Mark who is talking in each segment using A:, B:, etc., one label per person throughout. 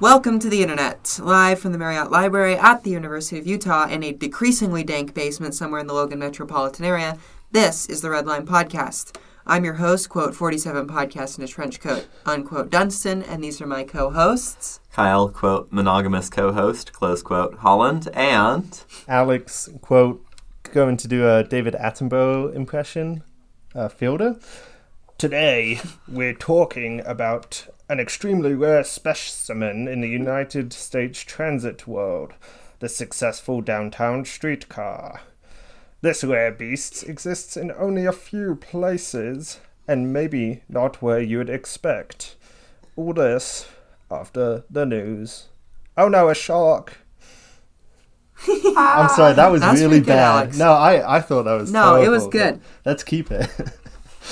A: Welcome to the internet, live from the Marriott Library at the University of Utah in a decreasingly dank basement somewhere in the Logan metropolitan area. This is the Red Line Podcast. I'm your host, quote, 47 podcast in a trench coat, unquote, Dunstan, and these are my co hosts.
B: Kyle, quote, monogamous co host, close quote, Holland, and
C: Alex, quote, going to do a David Attenborough impression, uh, Fielder. Today, we're talking about an extremely rare specimen in the United States transit world the successful downtown streetcar. This rare beast exists in only a few places, and maybe not where you would expect. All this after the news. Oh no, a shark! I'm sorry, that was
A: That's
C: really
A: pretty good,
C: bad.
A: Alex.
C: No, I, I thought that was
A: No, it was
C: terrible.
A: good.
C: Let's keep it.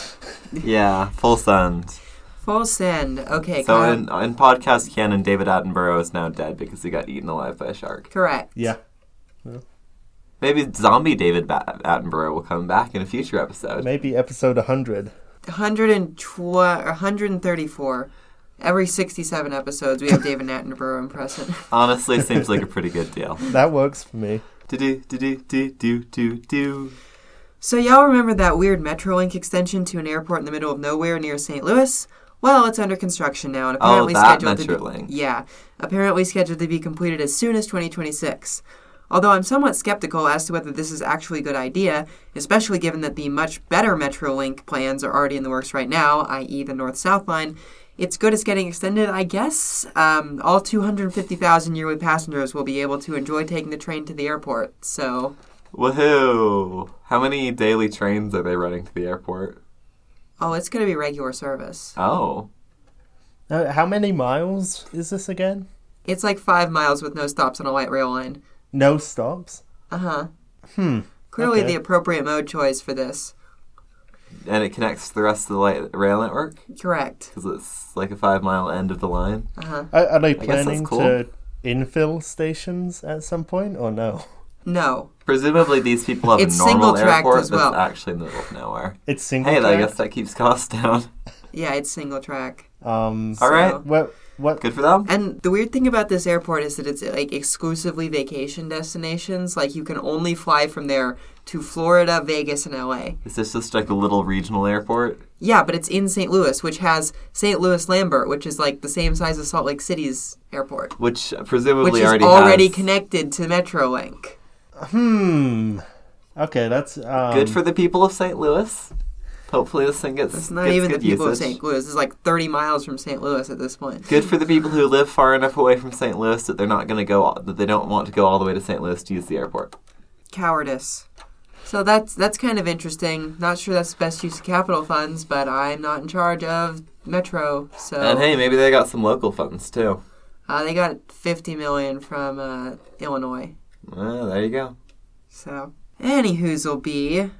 B: yeah, full send.
A: Full send. Okay,
B: So
A: Kyle-
B: in, in podcast canon, David Attenborough is now dead because he got eaten alive by a shark.
A: correct.
C: yeah.
B: Maybe zombie David ba- Attenborough will come back in a future episode.
C: Maybe episode 100.
A: 112 or 134. Every 67 episodes, we have David Attenborough in person.
B: Honestly, seems like a pretty good deal.
C: That works for me.
B: Do do do do do do do do.
A: So y'all remember that weird Metrolink extension to an airport in the middle of nowhere near St. Louis? Well, it's under construction now and
B: Oh,
A: apparently
B: that
A: scheduled to
B: Metrolink.
A: be, Yeah, apparently scheduled to be completed as soon as 2026. Although I'm somewhat skeptical as to whether this is actually a good idea, especially given that the much better Metrolink plans are already in the works right now, i.e. the north-south line. It's good it's getting extended, I guess. Um, all 250,000 yearly passengers will be able to enjoy taking the train to the airport. So,
B: Woohoo! How many daily trains are they running to the airport?
A: oh, it's going to be regular service.
B: Oh,
C: Uh, How many miles is this again?
A: It's like five miles with no stops on a light rail line.
C: No stops?
A: Uh huh. Hmm. Clearly
C: okay.
A: the appropriate mode choice for this.
B: and it connects to the rest of the light, rail network
A: Correct.
B: because it's like a five mile end of the line.
C: Are, are they
B: guess that's
C: planning
B: cool.
C: to infill stations at some point or no?
A: No.
B: Presumably, these people have
A: It's
B: a normal
A: single-tracked
B: airport
A: as well.
B: that's actually in the middle of nowhere.
C: It's single
B: Hey, I
C: track?
B: guess that keeps costs down.
A: Yeah, it's single track.
C: Um,
B: All right,
C: what, what,
B: good for them.
A: And the weird thing about this airport is that it's like exclusively vacation destinations. Like you can only fly from there to Florida, Vegas, and LA.
B: Is this just like a little regional airport?
A: Yeah, but it's in St. Louis, which has St. Louis Lambert, which is like the same size as Salt Lake City's airport,
B: Which presumably
A: which is
B: already,
A: already
B: has-
A: connected to Metrolink.
C: hmm. Okay, that's. Um,
B: Good for the people of St. Louis. Hopefully, this thing gets,
A: It's not
B: gets
A: even the
B: good
A: people
B: usage.
A: of St. Louis. It's like 30 miles from St. Louis at this point.
B: Good for the people who live far enough away from St. Louis that they're not going to go all, that they don't want to go all the way to St. Louis to use the airport.
A: Cowardice. So that's that's kind of interesting. Not sure that's the best use of capital funds, but I'm not in charge of Metro, so
B: And hey, maybe they got some local funds too.
A: uh, they got 50 million from uh, Illinois.
B: Well, there you go.
A: So, any whoozle be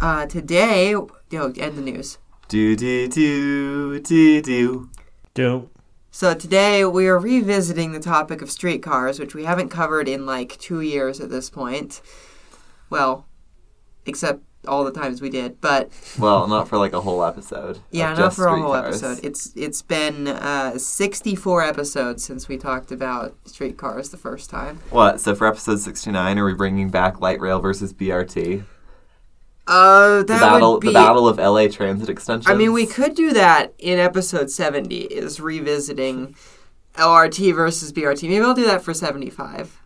A: uh, today. Yo, end the news.
B: Do do do do do.
C: Do.
A: So today we are revisiting the topic of streetcars, which we haven't covered in like two years at this point. Well, except all the times we did, but
B: Well, not for like a whole episode.
A: yeah,
B: of
A: not
B: just
A: for a whole
B: streetcars.
A: episode. It's it's been uh, 64 episodes since we talked about streetcars the first time.
B: What? So for episode sixty-nine, are we bringing back light rail versus BRT?
A: Uh, that
B: the battle,
A: would be.
B: the battle of LA transit extension.
A: I mean, we could do that in episode 70. Is revisiting LRT versus BRT. Maybe I'll do that for 75.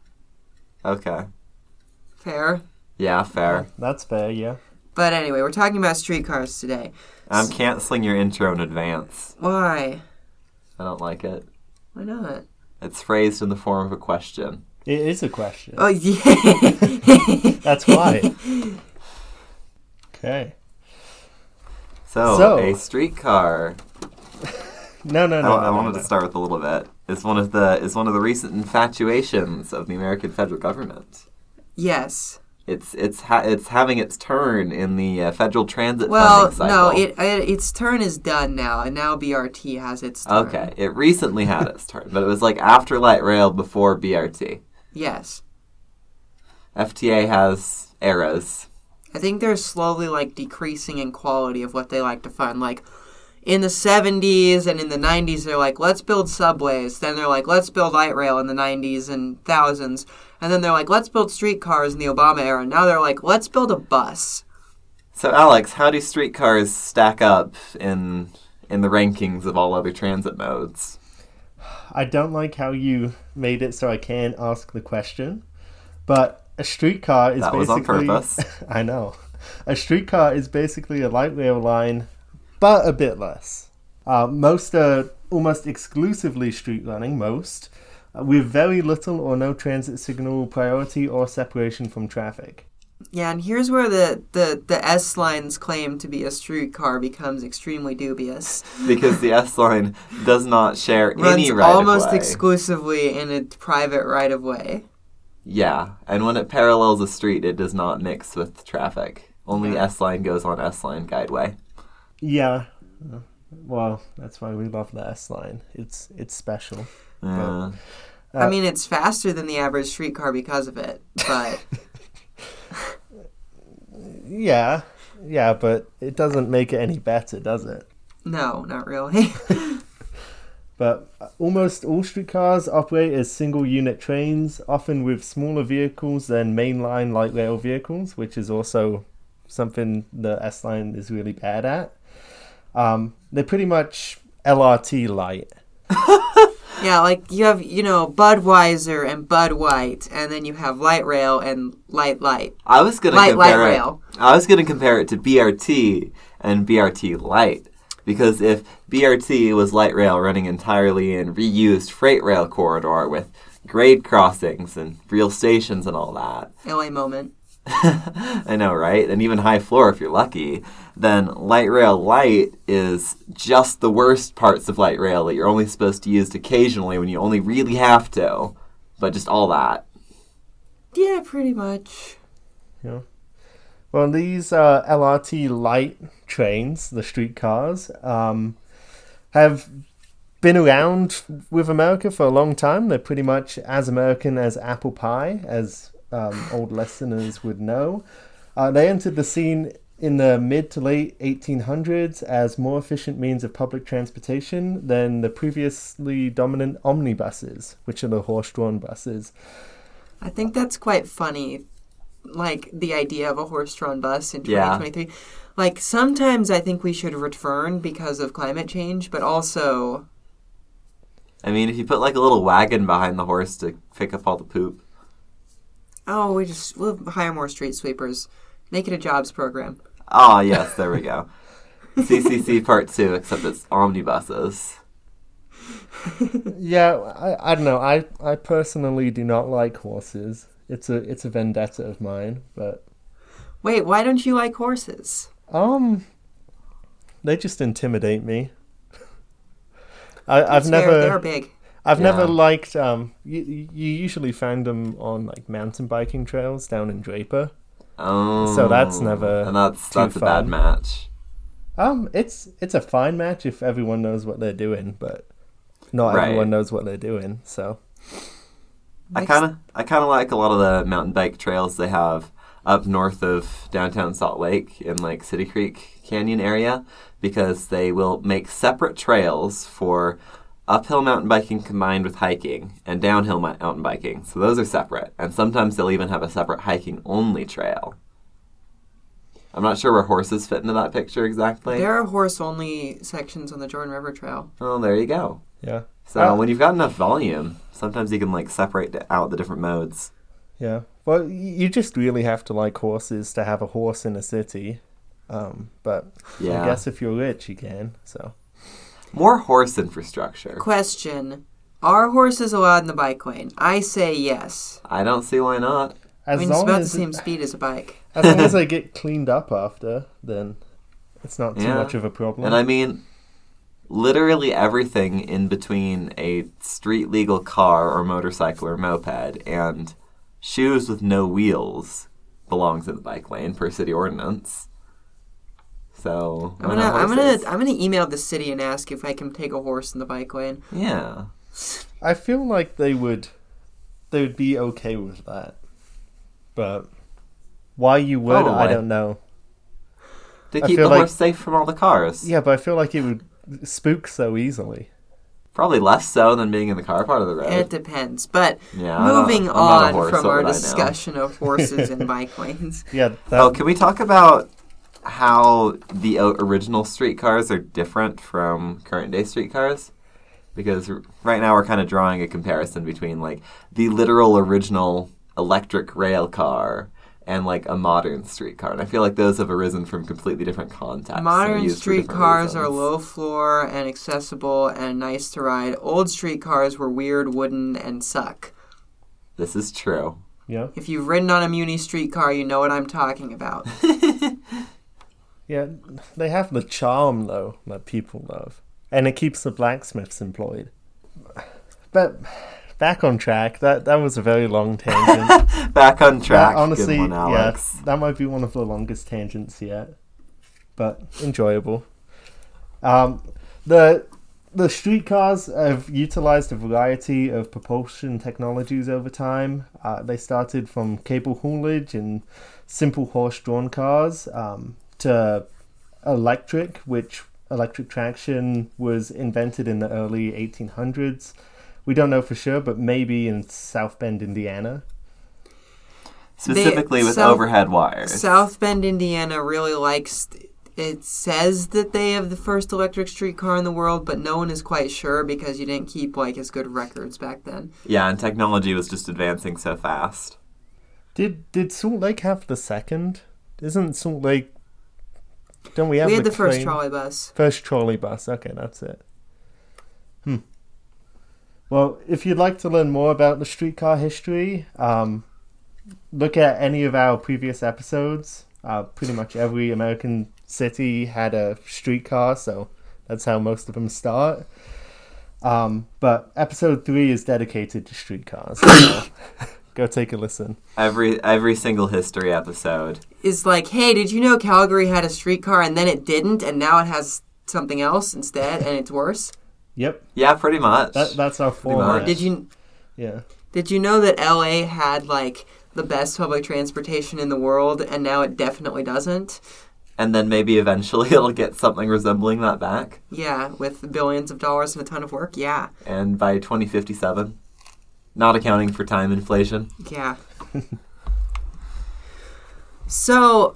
B: Okay.
A: Fair.
B: Yeah, fair.
C: That's fair, yeah.
A: But anyway, we're talking about streetcars today.
B: I'm canceling your intro in advance.
A: Why?
B: I don't like it.
A: Why not?
B: It's phrased in the form of a question.
C: It is a question.
A: Oh yeah.
C: That's why. okay.
B: So,
C: So-
B: a streetcar.
C: No, no,
B: I,
C: no.
B: I
C: no, no,
B: wanted
C: no.
B: to start with a little bit. It's one of the is one of the recent infatuations of the American federal government.
A: yes.
B: It's it's ha- it's having its turn in the uh, federal transit
A: Well,
B: funding
A: no.
B: cycle.
A: It, it its turn is done now, and now BRT has its turn.
B: Okay, it recently had its turn, but it was like after light rail, before BRT.
A: Yes.
B: FTA has eras.
A: I think they're slowly like decreasing in quality of what they like to fund. Like, in the 70s and in the 90s, they're like, let's build subways. Then they're like, let's build light rail in the 90s and thousands. And then they're like, let's build streetcars in the Obama era. And now they're like, let's build a bus.
B: So, Alex, how do streetcars stack up in in the rankings of all other transit modes?
C: I don't like how you made it so I can ask the question, but a streetcar is
B: That was on
C: basically.
B: purpose.
C: I know. A streetcar is basically a light rail line, but a bit less. Uh, most are almost exclusively street running, most, uh, with very little or no transit signal priority or separation from traffic.
A: Yeah, and here's where the, the, the S line's claim to be a streetcar becomes extremely dubious.
B: Because the S line does not share
A: Runs
B: any right
A: almost
B: of way.
A: exclusively in a private right of way.
B: yeah, and when it parallels a street, it does not mix with traffic. Only S line goes on S line guideway.
C: Yeah. uh, Well, that's why we love the S line. It's it's special.
B: Yeah. Uh,
A: I mean, it's faster than the average streetcar because of it, but
C: Yeah, yeah, but it doesn't make it any better, does it?
A: no, not really.
C: But almost all streetcars operate as single unit trains, often with smaller vehicles than mainline light rail vehicles, which is also something the S line is really bad at. Um, they're pretty much LRT light.
A: Yeah, like you have, you know, Budweiser and Bud White, and then you have Light Rail and Light Light.
B: I was gonna
A: Light, light
B: compare it,
A: rail.
B: I was gonna compare it to BRT and BRT light because if BRT was light rail running entirely in reused freight rail corridor with grade crossings and real stations and all that,
A: LA moment.
B: I know, right? And even high floor if you're lucky, then light rail light is just the worst parts of light rail that you're only supposed to use occasionally when you only really have to, but just all that.
A: Yeah, pretty much.
C: Well, these uh, LRT light trains, the streetcars, um, have been around with America for a long time. They're pretty much as American as apple pie, as um, old listeners would know. Uh, they entered the scene in the mid to late 1800s as more efficient means of public transportation than the previously dominant omnibuses, which are the horse-drawn buses.
A: I think that's quite funny, like the idea of a horse-drawn bus in
B: Yeah.
A: 2023. Like sometimes I think we should return because of climate change, but also
B: I mean, if you put like a little wagon behind the horse to pick up all the poop,
A: oh, we just we'll hire more street sweepers, make it a jobs program.
B: Ah, yes, there we go. CCC Part 2, except it's omnibuses.
C: Yeah, I, I don't know. I, I personally do not like horses. It's a it's a vendetta of mine, but
A: Wait, why don't you like horses?
C: um, they just intimidate me. I, I've
A: It's fair, they're
C: never
A: big.
C: I've never
B: Yeah.
C: liked um. You, you usually find them on like mountain biking trails down in Draper.
B: Oh,
C: So that's never
B: and that's
C: too
B: that's a bad
C: fun.
B: match.
C: Um, it's it's a fine match if everyone knows what they're doing, but not
B: Right.
C: everyone knows what they're doing. So
B: I kind of I kind of like a lot of the mountain bike trails they have up north of downtown Salt Lake in like City Creek Canyon area because they will make separate trails for uphill mountain biking combined with hiking and downhill mi- mountain biking. So those are separate, and sometimes they'll even have a separate hiking only trail. I'm not sure where horses fit into that picture exactly.
A: There are horse-only sections on the Jordan River Trail.
B: Well, there you go.
C: yeah,
B: So
C: Uh,
B: when you've got enough volume, sometimes you can like separate th- out the different modes.
C: Yeah. Well, y- you just really have to like horses to have a horse in a city. Um, but
B: Yeah.
C: I guess if you're rich, you can. So
B: More horse infrastructure.
A: Question: Are horses allowed in the bike lane? I say yes.
B: I don't see why not.
A: I
C: as
A: mean, it's
C: long
A: about the
C: as
A: same speed as a bike.
C: as long as they get cleaned up after, then it's not too
B: Yeah.
C: much of a problem.
B: And I mean, literally everything in between a street legal car or motorcycle or moped and shoes with no wheels belongs in the bike lane per city ordinance. So
A: I'm
B: why
A: gonna,
B: not
A: I'm gonna,
B: horses?
A: I'm gonna email the city and ask if I can take a horse in the bike lane.
B: yeah.
C: I feel like they would they would be okay with that. But why you would, I
B: Probably.
C: don't know.
B: To
C: I
B: keep
C: feel
B: the
C: like-
B: horse safe from all the cars.
C: Yeah, but I feel like it would spook so easily?
B: Probably less so than being in the car part of the road.
A: It depends. But
B: Yeah, I'm not-
A: moving
B: I'm not a
A: on
B: horse,
A: from
B: what
A: our
B: would I know?
A: discussion of horses and bike lanes.
C: Yeah. That,
B: oh, can we talk about how the o- original streetcars are different from current day streetcars? Because r- right now we're kind of drawing a comparison between like the literal original electric rail car and like a modern streetcar, and I feel like those have arisen from completely different contexts. and are
A: Modern
B: used for different
A: streetcars are
B: reasons.
A: low floor and accessible and nice to ride. Old streetcars were weird, wooden, and suck.
B: This is true.
C: Yeah.
A: If you've ridden on a Muni streetcar, you know what I'm talking about.
C: Yeah. They have the charm though that people love, and it keeps the blacksmiths employed. But back on track. That that was a very long tangent.
B: Back on track.
C: That, honestly,
B: Good one, Alex.
C: yeah, that might be one of the longest tangents yet, but enjoyable. Um, the the streetcars have utilized a variety of propulsion technologies over time. Uh, they started from cable haulage and simple horse-drawn cars um, to electric, which electric traction was invented in the early 1800s. We don't know for sure, but maybe in South Bend, Indiana.
B: Specifically with
A: South-
B: overhead wires.
A: South Bend, Indiana really likes. It says that they have the first electric streetcar in the world, but no one is quite sure because you didn't keep like as good records back then.
B: Yeah, and technology was just advancing so fast.
C: Did did Salt Lake have the second? Isn't Salt Lake? Don't we have
A: we had the, first
C: train-
A: trolley bus.
C: First trolley bus. Okay, that's it. Hmm. Well, if you'd like to learn more about the streetcar history, um, look at any of our previous episodes. Uh, pretty much every American city had a streetcar, so that's how most of them start. Um, but episode three is dedicated to streetcars. So go take a listen.
B: Every every single history episode.
A: Is like, hey, did you know Calgary had a streetcar and then it didn't, and now it has something else instead, and it's worse?
C: Yep,
B: Yeah, pretty much.
C: that, that's our
B: much.
C: format.
A: Or did you
C: Yeah.
A: Did you know that LA had like the best public transportation in the world and now it definitely doesn't?
B: and then maybe eventually it'll get something resembling that back.
A: Yeah, with billions of dollars and a ton of work. Yeah.
B: And by 2057, not accounting for time inflation.
A: Yeah. so,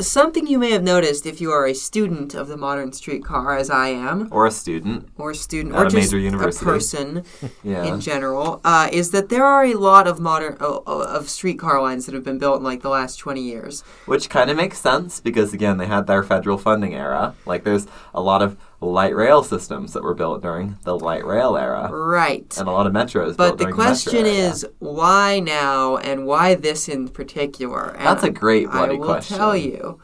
A: something you may have noticed if you are a student of the modern streetcar as I am
B: Or a student.
A: or a student
B: At
A: or
B: a
A: just
B: major
A: a
B: university.
A: person
B: Yeah.
A: in general uh, is that there are a lot of modern oh, oh, of streetcar lines that have been built in like the last 20 years.
B: Which kind of makes sense because, again, they had their federal funding era. Like, there's a lot of light rail systems that were built during the light rail era.
A: Right.
B: And a lot of metros built
A: But the
B: during
A: question
B: metro era.
A: is, why now and why this in particular? And
B: That's a great
A: I
B: bloody
A: will
B: question.
A: tell you.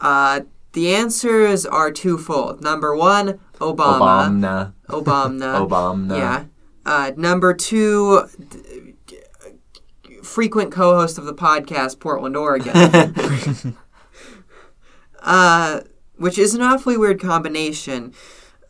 A: Uh, the answers are twofold. Number one, Obama.
B: Obama.
A: Obama.
B: Obama.
A: Yeah. Uh, number two, d- frequent co host of the podcast, Portland, Oregon. uh, which is an awfully weird combination,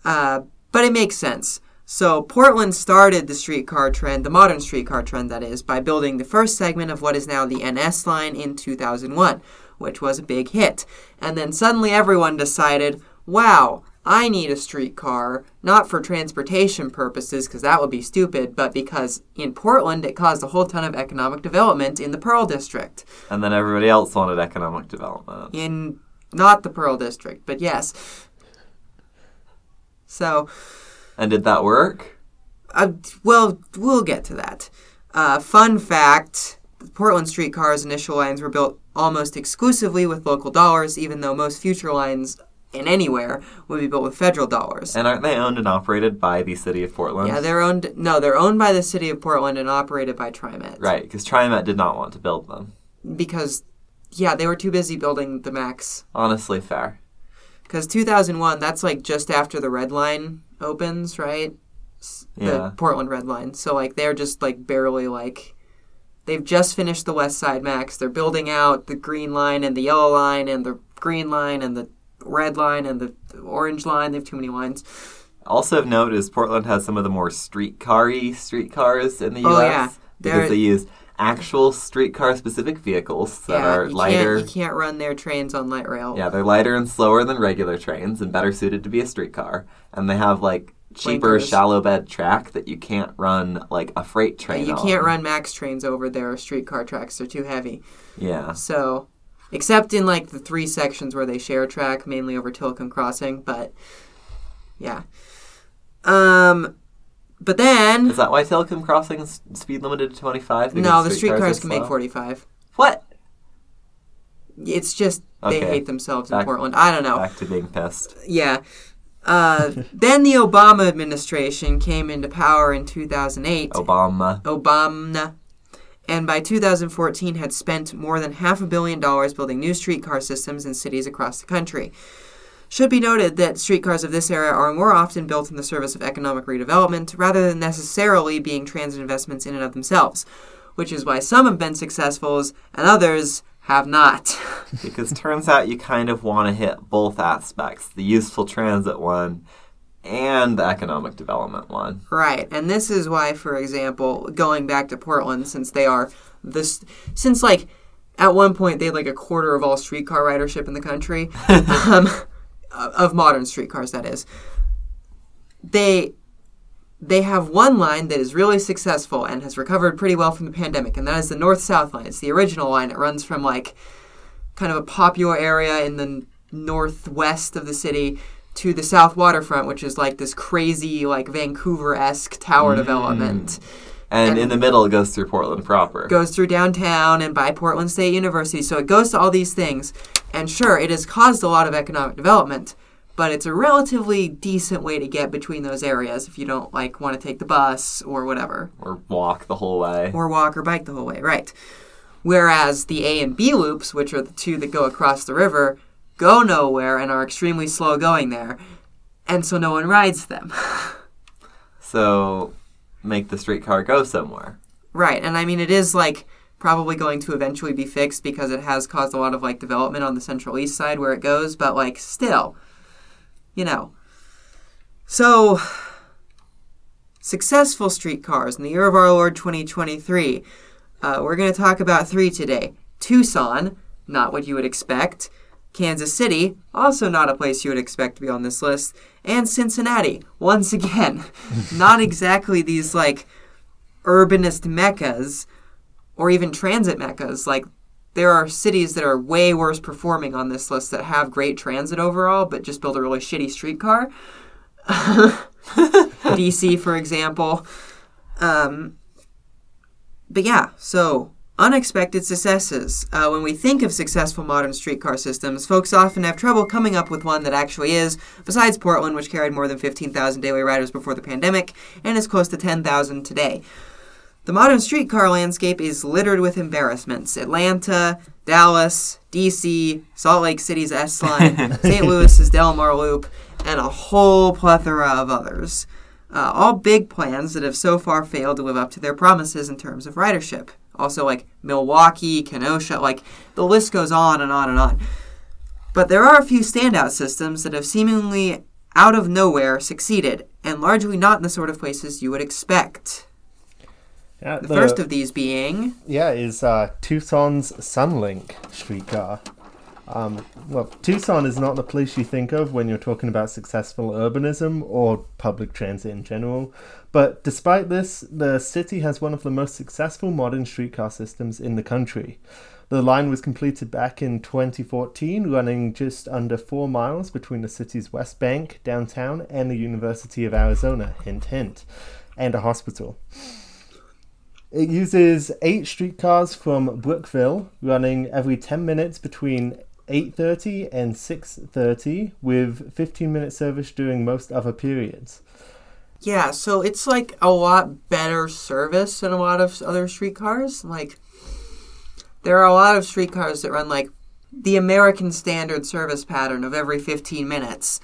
A: uh, but it makes sense. So, Portland started the streetcar trend, the modern streetcar trend, that is, by building the first segment of what is now the NS line in 2001, which was a big hit. And then suddenly everyone decided, wow, I need a streetcar, not for transportation purposes, because that would be stupid, but because in Portland it caused a whole ton of economic development in the Pearl District
B: And then everybody else wanted economic development.
A: in not the Pearl District, but yes. So,
B: And did that work?
A: uh, well, we'll get to that. Uh, fun fact the Portland streetcar's initial lines were built almost exclusively with local dollars, even though most future lines in anywhere would be built with federal dollars.
B: And aren't they owned and operated by the city of Portland?
A: Yeah, they're owned. No, they're owned by the city of Portland and operated by TriMet.
B: Right, because TriMet did not want to build them.
A: Because, yeah, they were too busy building the Max.
B: Honestly, fair.
A: Because 2001, that's like just after the Red Line opens, right? S-
B: Yeah.
A: The Portland Red Line. So like they're just like barely like they've just finished the West Side Max. They're building out the Green Line and the Yellow Line and the Green Line and the Red Line and the the Orange Line. They have too many lines.
B: Also of note is Portland has some of the more streetcar-y streetcars in the
A: Oh,
B: U.S.
A: yeah. They're-
B: Because they use actual streetcar specific vehicles that
A: yeah,
B: are
A: you
B: lighter.
A: Can't, you can't run their trains on light rail.
B: Yeah, they're lighter and slower than regular trains and better suited to be a streetcar. And they have like cheaper
A: Blinkers.
B: shallow bed track that you can't run like a freight train.
A: You
B: on.
A: can't run max trains over their streetcar tracks. They're too heavy.
B: Yeah.
A: So, except in like the three sections where they share track, mainly over Tilcombe Crossing, but yeah. Um, but then
B: Is that why Telecom Crossing is speed limited to 25?
A: no, the streetcars can make 45.
B: What?
A: It's just they
B: Okay.
A: hate themselves in
B: Back-
A: Portland. I don't know.
B: Back to being pissed.
A: Yeah. Uh, then the Obama administration came into power in 2008.
B: Oh, Obama.
A: Obama. And by 2014 had spent more than half a billion dollars building new streetcar systems in cities across the country. Should be noted that streetcars of this era are more often built in the service of economic redevelopment rather than necessarily being transit investments in and of themselves, which is why some have been successful and others have not.
B: because turns out you kind of want to hit both aspects the useful transit one and the economic development one.
A: Right, and this is why, for example, going back to Portland, since they are this, since like at one point they had like a quarter of all streetcar ridership in the country, um, of modern streetcars, that is. They they have one line that is really successful and has recovered pretty well from the pandemic, and that is the north south line. It's the original line. It runs from like kind of a popular area in the n- northwest of the city to the south waterfront, which is like this crazy, like Vancouver esque tower development.
B: And, in the middle, it goes through Portland proper.
A: Goes through downtown and by Portland State University. So it goes to all these things. And sure, it has caused a lot of economic development, but it's a relatively decent way to get between those areas if you don't like want to take the bus or whatever
B: or walk the whole way.
A: or walk or bike the whole way, right? Whereas the A and B loops, which are the two that go across the river, go nowhere and are extremely slow going there, and so no one rides them.
B: So make the streetcar go somewhere.
A: right, and I mean it is like probably going to eventually be fixed because it has caused a lot of like development on the central east side where it goes, but like still, you know. So successful streetcars in the year of our Lord 2023. Uh, we're going to talk about three today Tucson, not what you would expect, Kansas City, also not a place you would expect to be on this list, and Cincinnati, once again. not exactly these like urbanist meccas or even transit meccas. Like, there are cities that are way worse performing on this list that have great transit overall, but just build a really shitty streetcar. DC, for example. Um, but yeah, so unexpected successes. Uh, when we think of successful modern streetcar systems, folks often have trouble coming up with one that actually is, besides Portland, which carried more than 15,000 daily riders before the pandemic and is close to 10,000 today. The modern streetcar landscape is littered with embarrassments. Atlanta, Dallas, DC, Salt Lake City's S line, St. Louis's Delmar Loop, and a whole plethora of others. Uh, all big plans that have so far failed to live up to their promises in terms of ridership. Also, like Milwaukee, Kenosha, like the list goes on and on and on. But there are a few standout systems that have seemingly out of nowhere succeeded, and largely not in the sort of places you would expect.
C: Yeah,
A: The first of these being
C: yeah is uh, Tucson's Sunlink streetcar. Um, well, Tucson is not the place you think of when you're talking about successful urbanism or public transit in general. But despite this, the city has one of the most successful modern streetcar systems in the country. The line was completed back in 2014, running just under four miles between the city's West Bank, downtown, and the University of Arizona, hint, hint, and a hospital. It uses eight streetcars from Brookville, running every 10 minutes between 8.30 and 6.30, with 15-minute service during most other periods.
A: yeah, so it's like a lot better service than a lot of s- other streetcars. Like there are a lot of streetcars that run like the American standard service pattern of every 15 minutes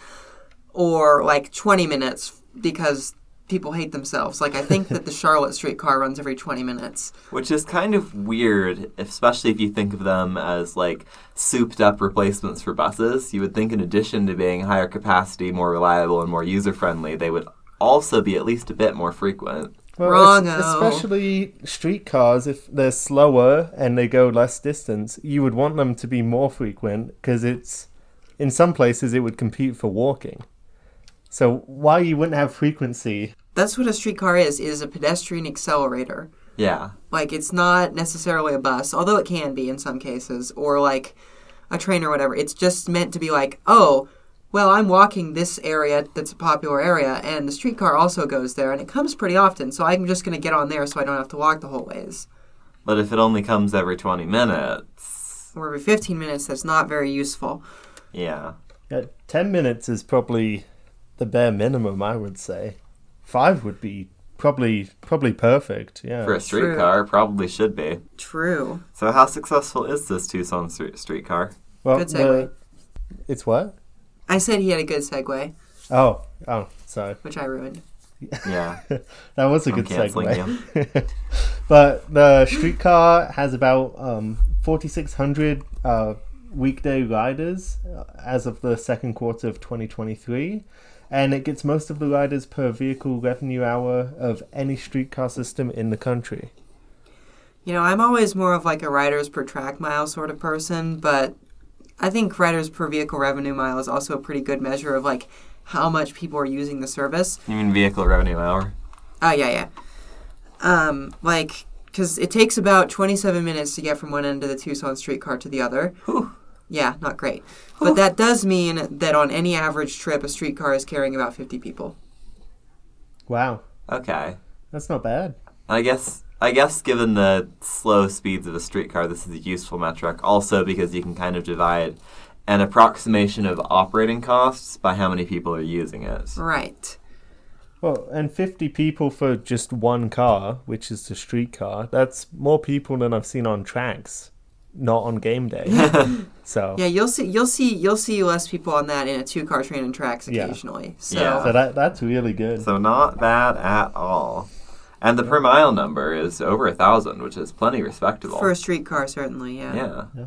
A: or like 20 minutes because people hate themselves. Like I think that the Charlotte streetcar runs every 20 minutes.
B: Which is kind of weird, especially if you think of them as like souped up replacements for buses. You would think, in addition to being higher capacity, more reliable, and more user friendly, they would also be at least a bit more frequent.
C: Well, es-
A: Wrongo.
C: especially streetcars, if they're slower and they go less distance, you would want them to be more frequent because it's in some places it would compete for walking. So why you wouldn't have frequency?
A: That's what a streetcar is. It is a pedestrian accelerator.
B: Yeah.
A: Like it's not necessarily a bus, although it can be in some cases, or like a train or whatever. It's just meant to be like, oh, well, I'm walking this area that's a popular area, and the streetcar also goes there, and it comes pretty often, so I'm just going to get on there so I don't have to walk the whole ways.
B: But if it only comes every 20 minutes,
A: Or every 15 minutes, that's not very useful.
B: yeah.
C: Uh, Ten minutes is probably the bare minimum, I would say. Five would be probably probably perfect. Yeah.
B: For a streetcar, probably should be.
A: True.
B: So, how successful is this Tucson street- streetcar?
C: well,
A: Good
C: the-
A: segue.
C: it's what?
A: I said he had a good segue,
C: Oh, oh, sorry.
A: which I ruined.
B: Yeah.
C: That was a
B: I'm
C: good
B: canceling
C: segue. but the streetcar has about um, 4,600 uh, weekday riders uh, as of the second quarter of 2023. And it gets most of the riders per vehicle revenue hour of any streetcar system in the country.
A: You know, I'm always more of like a riders per track mile sort of person, but I think riders per vehicle revenue mile is also a pretty good measure of like how much people are using the service.
B: You mean vehicle revenue hour?
A: Oh yeah, yeah. Um, like because it takes about 27 minutes to get from one end of the Tucson streetcar to the other.
B: Whew.
A: Yeah, not great. But that does mean that on any average trip, a streetcar is carrying about 50 people.
C: Wow,
B: Okay.
C: that's not bad.
B: I guess. I guess given the slow speeds of a streetcar, this is a useful metric. Also, because you can kind of divide an approximation of operating costs by how many people are using it.
A: Right.
C: Well, and 50 people for just one car, which is the streetcar, that's more people than I've seen on tracks, not on game day. so.
A: Yeah, you'll see. You'll see. You'll see less people on that in a two-car train and tracks
C: Yeah.
A: occasionally. So
B: Yeah.
C: So that that's really good.
B: So not bad at all. And the per mile number is over a thousand, which is plenty respectable.
A: for a streetcar, certainly. Yeah.
B: yeah.
C: Yeah.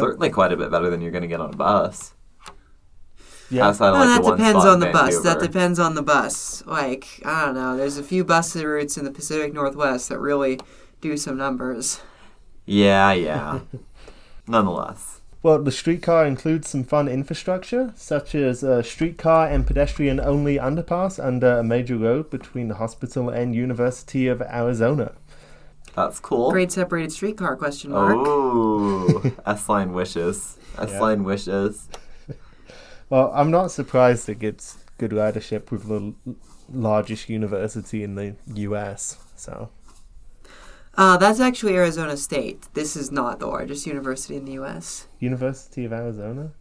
B: Certainly quite a bit better than you're going to get on a bus.
C: yeah,
B: Outside of,
A: No,
B: like,
A: that
B: the one
A: depends
B: spot
A: on the
B: in
A: bus. That
B: Vancouver.
A: depends on the bus. Like, I don't know. There's a few bus routes in the Pacific Northwest that really do some numbers.
B: Yeah, yeah. Nonetheless.
C: Well, the streetcar includes some fun infrastructure, such as a streetcar and pedestrian only underpass under a major road between the hospital and University of Arizona.
B: That's cool.
A: Grade separated streetcar question mark.
B: Oh, S line wishes. S line wishes.
C: Well, I'm not surprised it gets good ridership with the l- largest university in the U.S. So,
A: Uh, that's actually Arizona State. This is not the largest university in the U.S.
C: University of Arizona.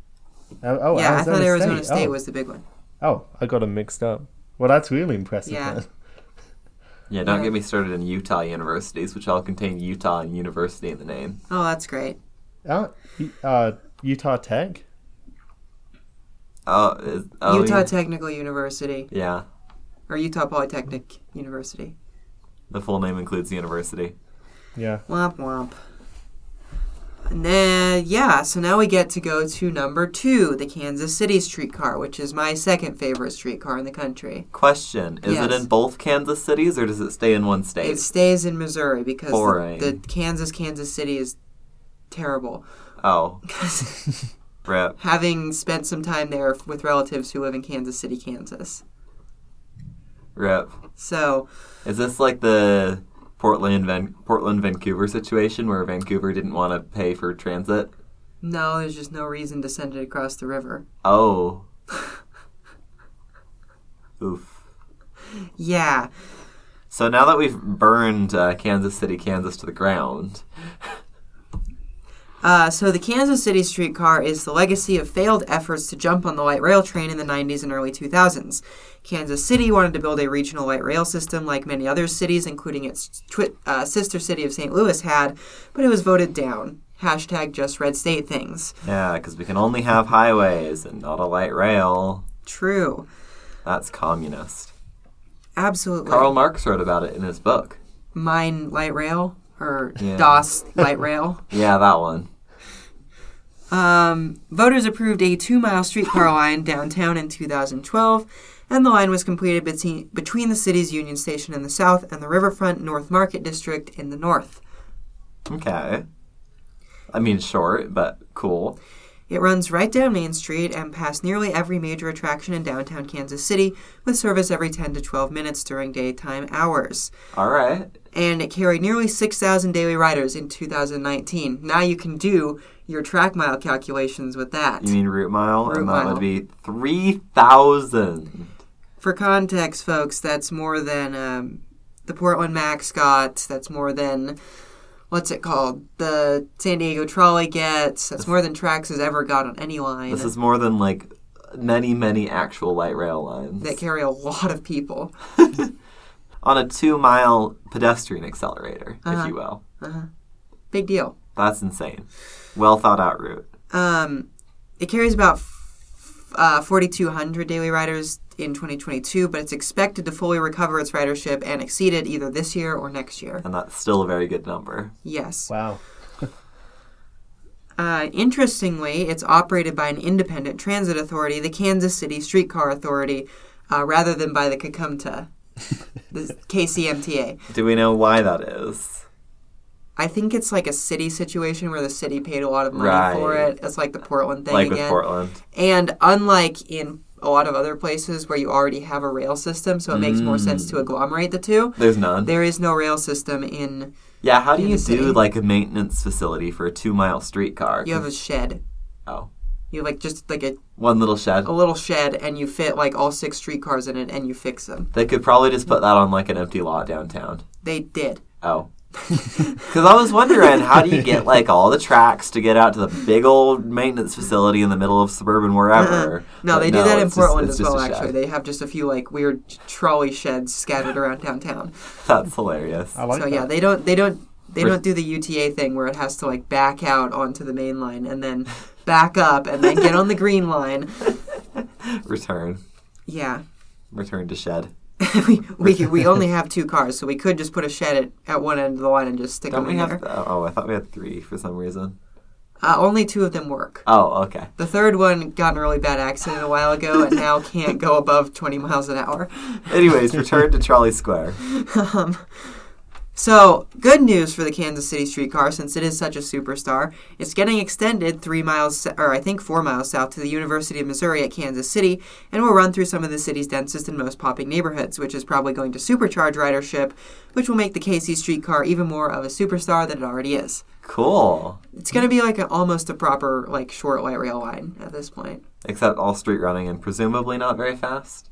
C: Oh, oh
A: yeah,
C: Arizona
A: I thought Arizona State,
C: State, oh.
A: was the big one.
C: Oh, I got them mixed up. Well, that's really impressive.
A: Yeah.
C: then.
B: Yeah, don't
A: Yeah.
B: get me started in Utah universities, which all contain Utah and university in the name.
A: Oh, that's great.
C: Oh, y- uh, Utah Tech.
B: Oh, is, oh
A: Utah
B: yeah.
A: Technical University
B: yeah,
A: or Utah Polytechnic University.
B: the full name includes university.
C: Yeah.
A: Womp womp. And then, yeah, so now we get to go to number two, the Kansas City streetcar, which is my second favorite streetcar in the country.
B: Question: Is it
A: Yes.
B: in both Kansas cities, or does it stay in one state?
A: It stays in Missouri because
B: Boring.
A: the, the Kansas Kansas City is terrible.
B: oh, rip.
A: Having spent some time there with relatives who live in Kansas City, Kansas.
B: Rip.
A: So,
B: Is this like the Portland, Van- Portland, Vancouver situation where Vancouver didn't want to pay for transit?
A: no, there's just no reason to send it across the river.
B: Oh. Oof.
A: Yeah.
B: So now that we've burned uh, Kansas City, Kansas to the ground,
A: Uh, so the Kansas City streetcar is the legacy of failed efforts to jump on the light rail train in the 90s and early 2000s. Kansas City wanted to build a regional light rail system like many other cities, including its twi- uh, sister city of St. Louis had, but it was voted down. Hashtag just red state things.
B: yeah, because we can only have highways and not a light rail.
A: True.
B: That's communist.
A: Absolutely.
B: Karl Marx wrote about it in his book.
A: Mine light rail or
B: Yeah.
A: DOS light rail.
B: Yeah, that one.
A: Um, voters approved a two mile streetcar line downtown in 2012 and the line was completed between, between the city's Union Station in the south and the riverfront North Market District in the north.
B: Okay. I mean, short, but cool.
A: It runs right down Main Street and past nearly every major attraction in downtown Kansas City, with service every 10 to 12 minutes during daytime hours.
B: All right.
A: And it carried nearly 6,000 daily riders in 2019. Now you can do your track mile calculations with that.
B: You mean root mile?
A: Route
B: and that
A: mile.
B: would be 3,000.
A: For context, folks, that's more than um, the Portland Max got. That's more than what's it called? The San Diego Trolley gets. That's more than Trax has ever got on any line
B: This is more than like many, many actual light rail lines.
A: that carry a lot of people.
B: On a two mile pedestrian accelerator,
A: Uh-huh.
B: if you will.
A: Big deal.
B: That's insane. Well thought out route.
A: Um, it carries about f- uh, 4,200 daily riders in 2022, but it's expected to fully recover its ridership and exceed it either this year or next year.
B: And that's still a very good number.
A: Yes.
C: Wow.
A: Uh, interestingly, it's operated by an independent transit authority, the Kansas City Streetcar Authority, uh, rather than by the Kakumta, the KCMTA.
B: Do we know why that is?
A: I think it's like a city situation where the city paid a lot of money
B: Right.
A: for it. It's like the Portland thing
B: Like with
A: again.
B: Portland.
A: And unlike in a lot of other places where you already have a rail system, so it makes more sense
B: Mm.
A: to agglomerate the two,
B: There's none.
A: there is no rail system in.
B: yeah, how do you
A: Kansas City.
B: do like a maintenance facility for a two mile streetcar?
A: You have a shed.
B: oh.
A: You have like just like a,
B: One little shed.
A: a little shed, and you fit like all six streetcars in it, and you fix them.
B: They could probably just put that on like an empty lot downtown.
A: They did.
B: Oh. Because I was wondering, how do you get like all the tracks to get out to the big old maintenance facility in the middle of suburban wherever?
A: Uh-huh. No,
B: But
A: they do that in
B: it's just-
A: Portland
B: it's
A: as
B: just
A: well.
B: a shed.
A: Actually, they have just a few like weird trolley sheds scattered around downtown.
B: That's hilarious.
C: I like
A: so
C: that.
A: yeah, they don't they don't they
B: Res-
A: don't do the UTA thing where it has to like back out onto the main line and then back up and then get on the green line.
B: Return.
A: Yeah,
B: Return to shed.
A: we, we we only have two cars, so we could just put a shed at, at one end of the line and just stick
B: Don't
A: them
B: we
A: in
B: have.
A: there.
B: Oh, I thought we had three for some reason.
A: Uh, only two of them work.
B: Oh, okay.
A: The third one got in a really bad accident a while ago and now can't go above 20 miles an hour.
B: Anyways, return to Trolley Square.
A: So, good news for the Kansas City streetcar since it is such a superstar. It's getting extended three miles, or I think four miles south to the University of Missouri at Kansas City, and will run through some of the city's densest and most popping neighborhoods, which is probably going to supercharge ridership, which will make the KC streetcar even more of a superstar than it already is.
B: Cool.
A: It's going to be like a, almost a proper like short light rail line at this point.
B: Except all street running and presumably not very fast.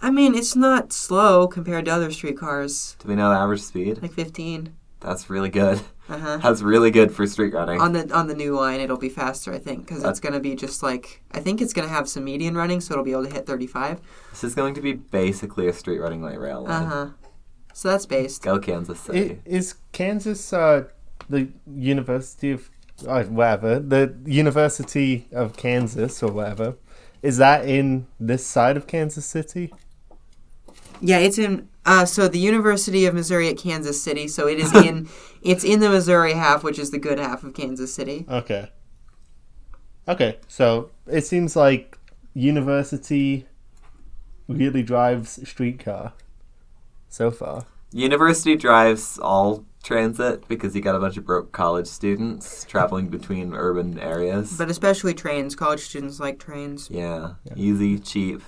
A: I mean, it's not slow compared to other streetcars,
B: Do we know the average speed?
A: like 15.
B: That's really good.
A: Uh huh.
B: That's really good for street running.
A: on the on the new line it'll be faster i think because it's going to be just like i think it's going to have some median running so it'll be able to hit 35
B: This is going to be basically a street running light rail line.
A: uh-huh so that's based
B: Go Kansas City.
C: I- Is Kansas uh, the University of uh, whatever the University of Kansas or whatever? Is that in this side of Kansas City?
A: yeah it's in uh, so the university of missouri at kansas city so it is in it's in the missouri half which is the good half of kansas city
C: Okay. Okay, so it seems like university really drives streetcar so far.
B: University drives all transit because you got a bunch of broke college students traveling between urban areas.
A: but especially trains college students like trains
B: yeah, easy, cheap.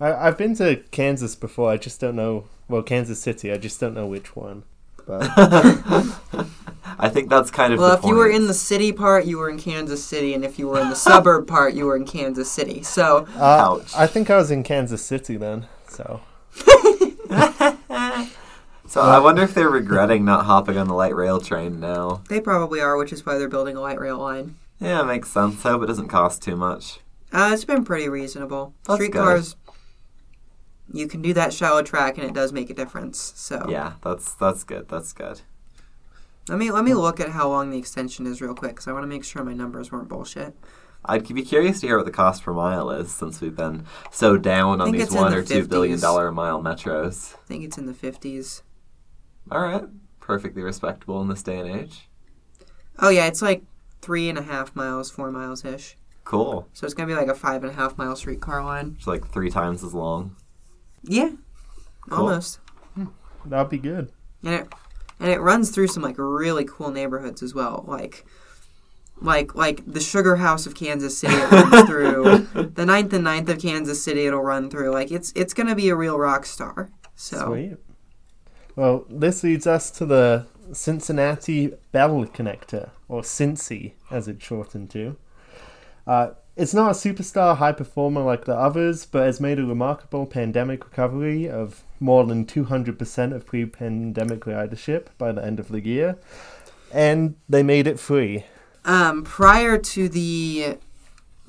C: I, I've been to Kansas before. I just don't know. Well, Kansas City. I just don't know which one. But
B: I think that's kind of
A: well
B: the
A: if you were
B: point.
A: in the city part you were in kansas city and if you were in the suburb part you were in kansas city so
C: uh,
B: Ouch.
C: I think I was in Kansas City then. So
B: so I wonder if they're regretting not hopping on the light rail train now.
A: they probably are which is why they're building a light rail line
B: Yeah, it makes sense. I hope it doesn't cost too much.
A: Uh, it's been pretty reasonable.
B: That's
A: Street
B: good.
A: cars, you can do that shallow track, and it does make a difference. So
B: Yeah, that's that's good. That's good.
A: let me let me look at how long the extension is real quick, because I want to make sure my numbers weren't bullshit.
B: I'd be curious to hear what the cost per mile is since we've been so down on
A: think
B: these
A: it's in
B: one
A: the
B: or two billion
A: 50s.
B: dollar a mile metros.
A: I think it's in the fifties.
B: All right, perfectly respectable in this day and age.
A: Oh yeah, it's like three and a half miles, four miles ish.
B: Cool.
A: So it's going to be like a five and a half mile streetcar line.
B: It's like three times as long.
A: Yeah,
B: Cool.
A: almost.
C: That'd be good.
A: and it and it runs through some like really cool neighborhoods as well like like like the sugar house of kansas city it runs through the ninth and ninth of kansas city it'll run through like it's it's gonna be a real rock star so
C: Sweet. Well, this leads us to the Cincinnati Bell Connector, or Cincy, as it's shortened to. Uh, it's not a superstar high performer like the others, but has made a remarkable pandemic recovery of more than 200% of pre pandemic ridership by the end of the year. And they made it free.
A: um, prior to the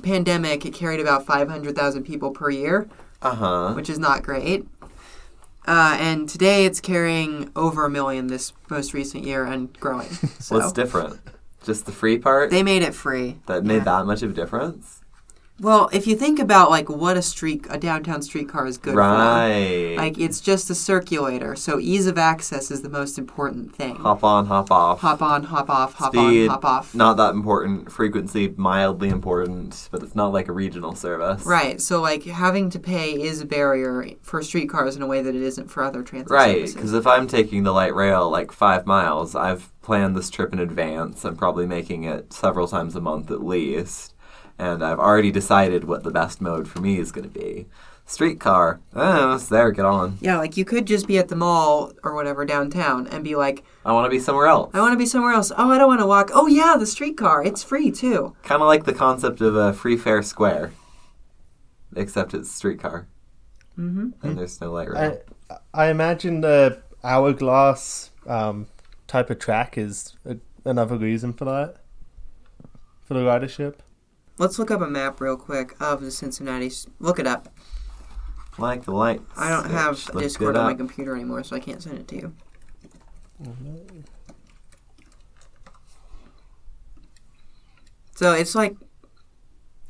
A: pandemic it carried about 500000 people per year
B: Uh huh.
A: which is not great uh, and today it's carrying over a million this most recent year and growing so
B: What's different? Just the free part
A: they made it free
B: that made
A: yeah.
B: that much of a difference.
A: Well, if you think about like what a street a downtown streetcar is good
B: right.
A: for, like it's just a circulator. So ease of access is the most important thing.
B: hop on, hop off.
A: Hop on, hop off, hop on,
B: Speed,
A: hop off.
B: Not that important. Frequency, mildly important, but it's not like a regional service.
A: Right. So like having to pay is a barrier for streetcars in a way that it isn't for other transit
B: Right,
A: services.
B: because if I'm taking the light rail like five miles, I've planned this trip in advance. I'm probably making it several times a month at least. And I've already decided what the best mode for me is going to be. Streetcar, oh, it's there, get on.
A: Yeah, like you could just be at the mall or whatever downtown and be like,
B: I want to be somewhere else.
A: I want to be somewhere else. Oh, I don't want to walk. Oh yeah, the streetcar. It's free too.
B: Kind of like the concept of a free fare square, except it's streetcar. Mm-hmm. And there's no light rail.
C: I, I imagine the hourglass um, type of track is a, another reason for that, for the ridership.
A: Let's look up a map real quick of the Cincinnati. s- Look it up.
B: like the light.
A: I don't have
B: switch, look
A: Discord
B: it
A: on my
B: up.
A: computer anymore, so I can't send it to you. So it's like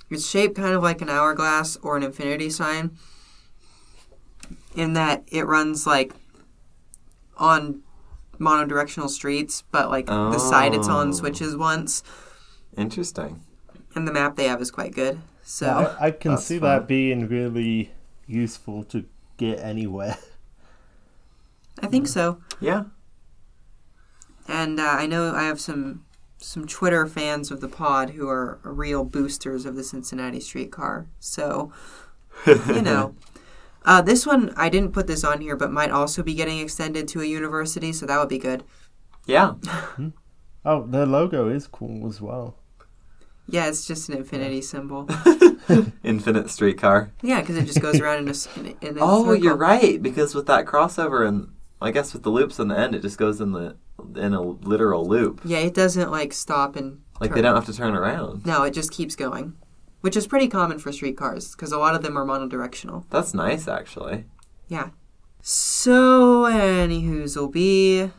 A: it's shaped kind of like an hourglass or an infinity sign, in that it runs like on monodirectional streets, but like the side it's on
B: Oh.
A: switches once,
B: Interesting.
A: and the map they have is quite good. So
C: I, I can
B: That's
C: see
B: fine.
C: that being really useful to get anywhere.
A: I think so.
B: Yeah.
A: and uh, I know I have some some Twitter fans of the pod who are real boosters of the Cincinnati streetcar. So, you know, uh, this one I didn't put this on here, but might also be getting extended to a university, so that would be good.
B: Yeah.
C: Oh, the logo is cool as well.
A: Yeah, it's just an infinity symbol.
B: Infinite streetcar.
A: Yeah, because it just goes around in a. s- In, a- in a
B: Oh,
A: circle.
B: you're right. Because with that crossover and I guess with the loops on the end, it just goes in the in a literal loop.
A: Yeah, it doesn't like stop and.
B: Like
A: turn.
B: they don't have to turn around.
A: No, it just keeps going, which is pretty common for streetcars because a lot of them are monodirectional.
B: That's nice, actually.
A: Yeah. So, anywhooz'll be.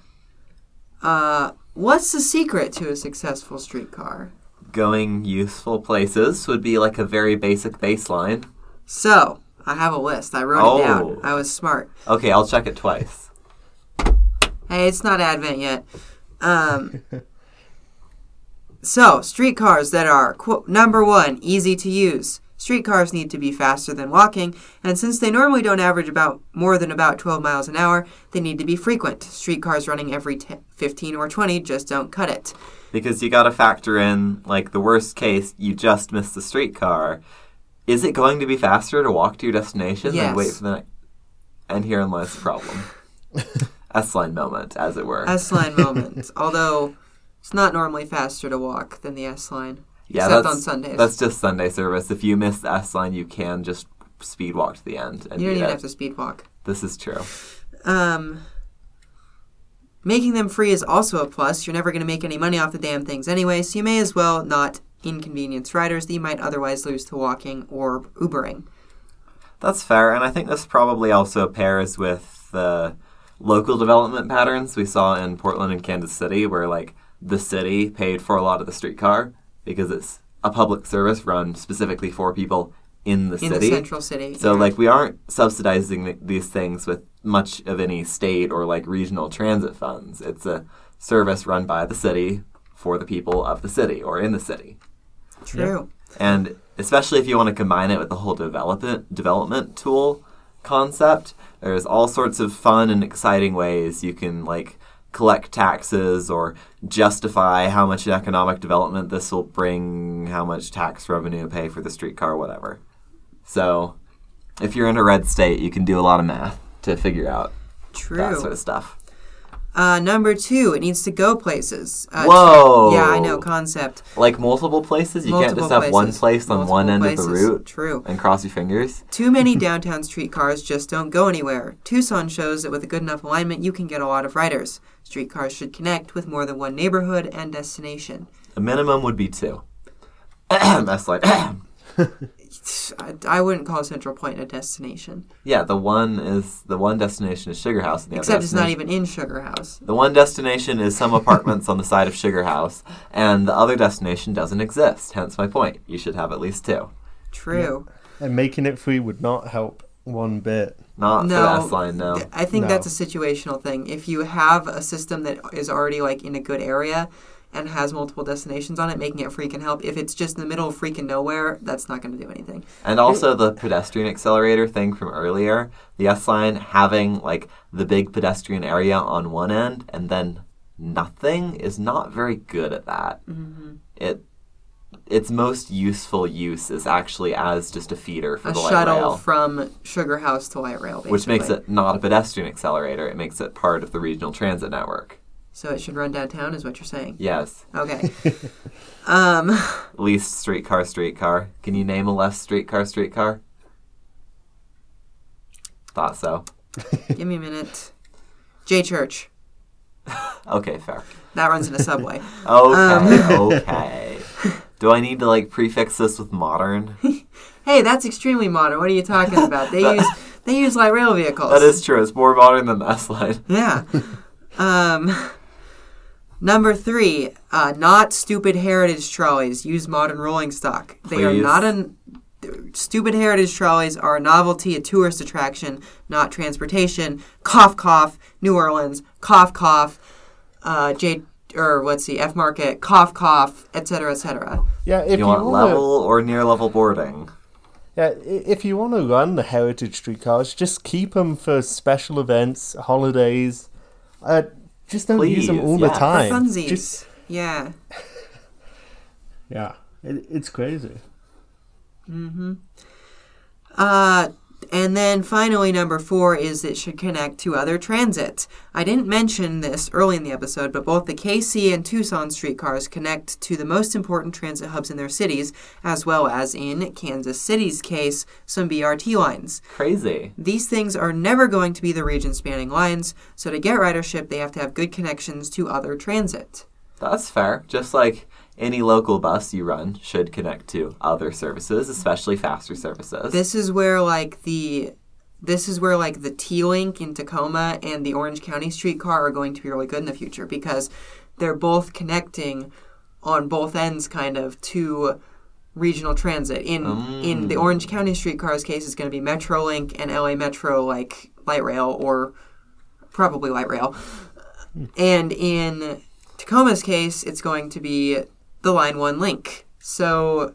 A: Uh, what's the secret to a successful streetcar?
B: Going useful places would be like a very basic baseline.
A: So, I have a list. I wrote it down.
B: Oh.
A: I was smart.
B: Okay, I'll check it twice.
A: Hey, it's not Advent yet. Um, so, streetcars that are, quote, number one, easy to use. Streetcars need to be faster than walking, and since they normally don't average about more than about 12 miles an hour, they need to be frequent. Streetcars running every 10, 15 or 20 just don't cut it.
B: Because you gotta factor in, like, the worst case, you just missed the streetcar. Is it going to be faster to walk to your destination than
A: Yes.
B: wait for the next? And herein lies the problem. S line moment, as it were.
A: S line moment. Although it's not normally faster to walk than the S line.
B: Yeah,
A: except
B: that's,
A: on Sundays.
B: That's just Sunday service. If you miss the S line, you can just speed walk to the end. And
A: you don't
B: do
A: even
B: it.
A: have to speed walk.
B: This is true.
A: Um, making them free is also a plus. You're never going to make any money off the damn things anyway, so you may as well not inconvenience riders that you might otherwise lose to walking or Ubering.
B: That's fair, and I think this probably also pairs with the local development patterns we saw in Portland and Kansas City, where like the city paid for a lot of the streetcar because it's a public service run specifically for people in the
A: In the
B: city.
A: central city.
B: So like we aren't subsidizing th- these things with much of any state or like regional transit funds. It's a service run by the city for the people of the city or in the city.
A: True.
B: And especially if you want to combine it with the whole development development tool concept, there's all sorts of fun and exciting ways you can like collect taxes or justify how much in economic development this will bring, how much tax revenue to pay for the streetcar, whatever. So, if you're in a red state, you can do a lot of math to figure out
A: True.
B: that sort of stuff.
A: Uh, number two, it needs to go places. Uh,
B: Whoa.
A: Yeah, I know concept.
B: Like multiple places, you can't
A: Multiple
B: just have one
A: places.
B: place on one
A: Multiple
B: end of the
A: places.
B: route
A: True.
B: and cross your fingers.
A: Too many downtown streetcars just don't go anywhere. Tucson shows that with a good enough alignment, you can get a lot of riders. Streetcars should connect with more than one neighborhood and destination.
B: The minimum would be two. That's like
A: I, I wouldn't call Central Point a destination,
B: yeah. The one is the one destination is Sugar House, and the
A: except
B: other
A: it's not
B: destination-
A: even in Sugar House.
B: The one destination is some apartments on the side of Sugar House, and the other destination doesn't exist. Hence my point. You should have at least two.
A: True.
C: And making it free would not help one bit.
B: Not for the
A: No,
B: S line, no.
A: Th- I think
C: No.
A: that's a situational thing. If you have a system that is already like in a good area and has multiple destinations on it, making it free can help. If it's just in the middle of freaking nowhere, that's not going to do anything.
B: And also the pedestrian accelerator thing from earlier. The S line having like the big pedestrian area on one end and then nothing is not very good at that.
A: Mm-hmm.
B: It its most useful use is actually as just a feeder for
A: A
B: the light
A: shuttle
B: rail,
A: from Sugar House to Light Rail, basically.
B: which makes it not a pedestrian accelerator. It makes it part of the regional transit network.
A: So it should run downtown, is what you're saying.
B: Yes.
A: Okay. um,
B: least streetcar streetcar. Can you name a less streetcar streetcar? Thought so.
A: give me a minute. J Church.
B: Okay, fair.
A: That runs in a subway.
B: Okay, okay. Do I need to like prefix this with modern?
A: hey, that's extremely modern. What are you talking about? They
B: That-
A: use they use light rail vehicles.
B: That is true. It's more modern than the S line.
A: Yeah. um, number three, uh, not stupid heritage trolleys. Use modern rolling stock. They are
B: Please.
A: not an. Stupid heritage trolleys are a novelty, a tourist attraction, not transportation. Cough, cough. New Orleans. Cough, cough. Uh, J or let's see, F Market. Cough, cough, etc., etc.
C: Yeah, if you,
B: You want
C: wanna-
B: level or near level boarding?
C: Yeah, i- if you want to run the heritage streetcars, just keep them for special events, holidays. Uh, just don't use them
B: Please,
C: all
B: yeah,
C: the
B: for
A: For
C: time.
A: funsies.
C: Just-
A: yeah.
C: yeah, it, it's crazy.
A: Uh, and then finally, number four is it should connect to other transit. I didn't mention this early in the episode, but both the KC and Tucson streetcars connect to the most important transit hubs in their cities, as well as in Kansas City's case, some BRT lines.
B: Crazy.
A: These things are never going to be the region spanning lines, so to get ridership, they have to have good connections to other transit.
B: That's fair. Just like any local bus you run should connect to other services, especially faster services.
A: This is where like the this is where like the T Link in Tacoma and the Orange County streetcar are going to be really good in the future because they're both connecting on both ends kind of to regional transit. In in the Orange County streetcar's case it's gonna be Metrolink and LA Metro like light rail or probably light rail. And in Tacoma's case it's going to be the line one link. So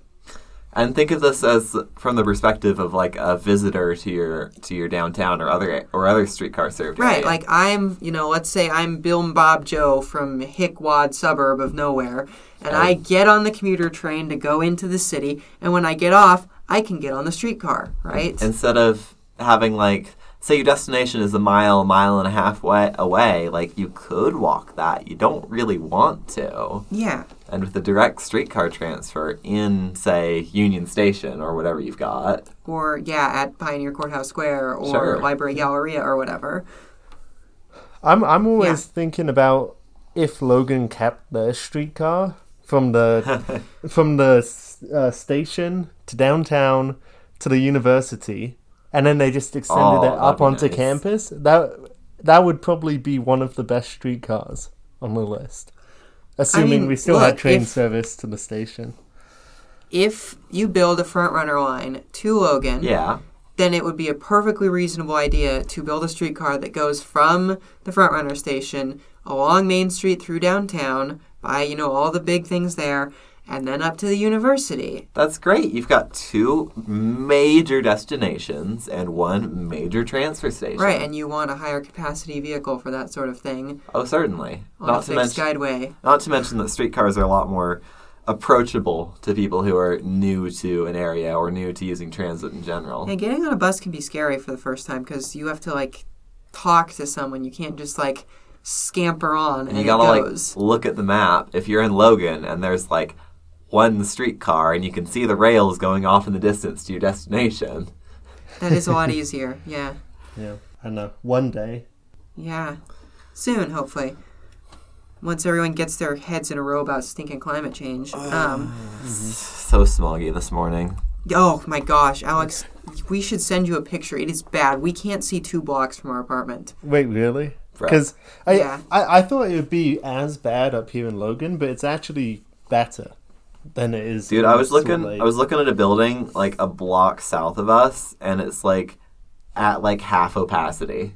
B: And think of this as from the perspective of like a visitor to your to your downtown or other or other streetcar served
A: Right,
B: area.
A: like I'm, you know, let's say I'm Bill and Bob Joe from Hickwad suburb of nowhere, and I get on the commuter train to go into the city, and when I get off, I can get on the streetcar, right?
B: instead of having like say your destination is a mile, mile and a half way away, like you could walk that. You don't really want to.
A: yeah,
B: And with the direct streetcar transfer in say Union Station or whatever you've got,
A: or yeah, at Pioneer Courthouse Square or
B: Sure.
A: Library Galleria or whatever.
C: I'm I'm always
A: Yeah.
C: thinking about if Logan kept the streetcar from the from the s- uh, station to downtown to the university, and then they just extended
B: Oh,
C: it
B: that'd
C: up
B: be
C: onto
B: nice.
C: campus. That that would probably be one of the best streetcars on the list, assuming
A: mean,
C: we still
A: look,
C: had train
A: if-
C: service to the station.
A: If you build a front runner line to Logan,
B: yeah.
A: then it would be a perfectly reasonable idea to build a streetcar that goes from the front runner station along Main Street through downtown by you know all the big things there and then up to the university.
B: That's great. You've got two major destinations and one major transfer station.
A: Right, and you want a higher capacity vehicle for that sort of thing
B: Oh, certainly.
A: on a
B: Not to
A: fixed
B: mention,
A: guideway.
B: not to mention that streetcars are a lot more approachable to people who are new to an area or new to using transit in general.
A: And getting on a bus can be scary for the first time because you have to like talk to someone. You can't just like scamper on and
B: you
A: it
B: gotta
A: goes.
B: like look at the map. If you're in Logan and there's like one streetcar and you can see the rails going off in the distance to your destination,
A: that is a lot easier. Yeah,
C: Yeah. And uh, one day,
A: yeah. Soon, hopefully. Once everyone gets their heads in a row about stinking climate change. Um,
B: so smoggy this morning.
A: oh my gosh, Alex, we should send you a picture. It is bad. We can't see two blocks from our apartment.
C: wait, really?
B: Right.
C: Because I,
A: Yeah.
C: I I thought it would be as bad up here in Logan, but it's actually better than it is.
B: Dude,
C: in
B: I was
C: Salt
B: looking
C: Lake.
B: I was looking at a building like a block south of us and it's like at like half opacity.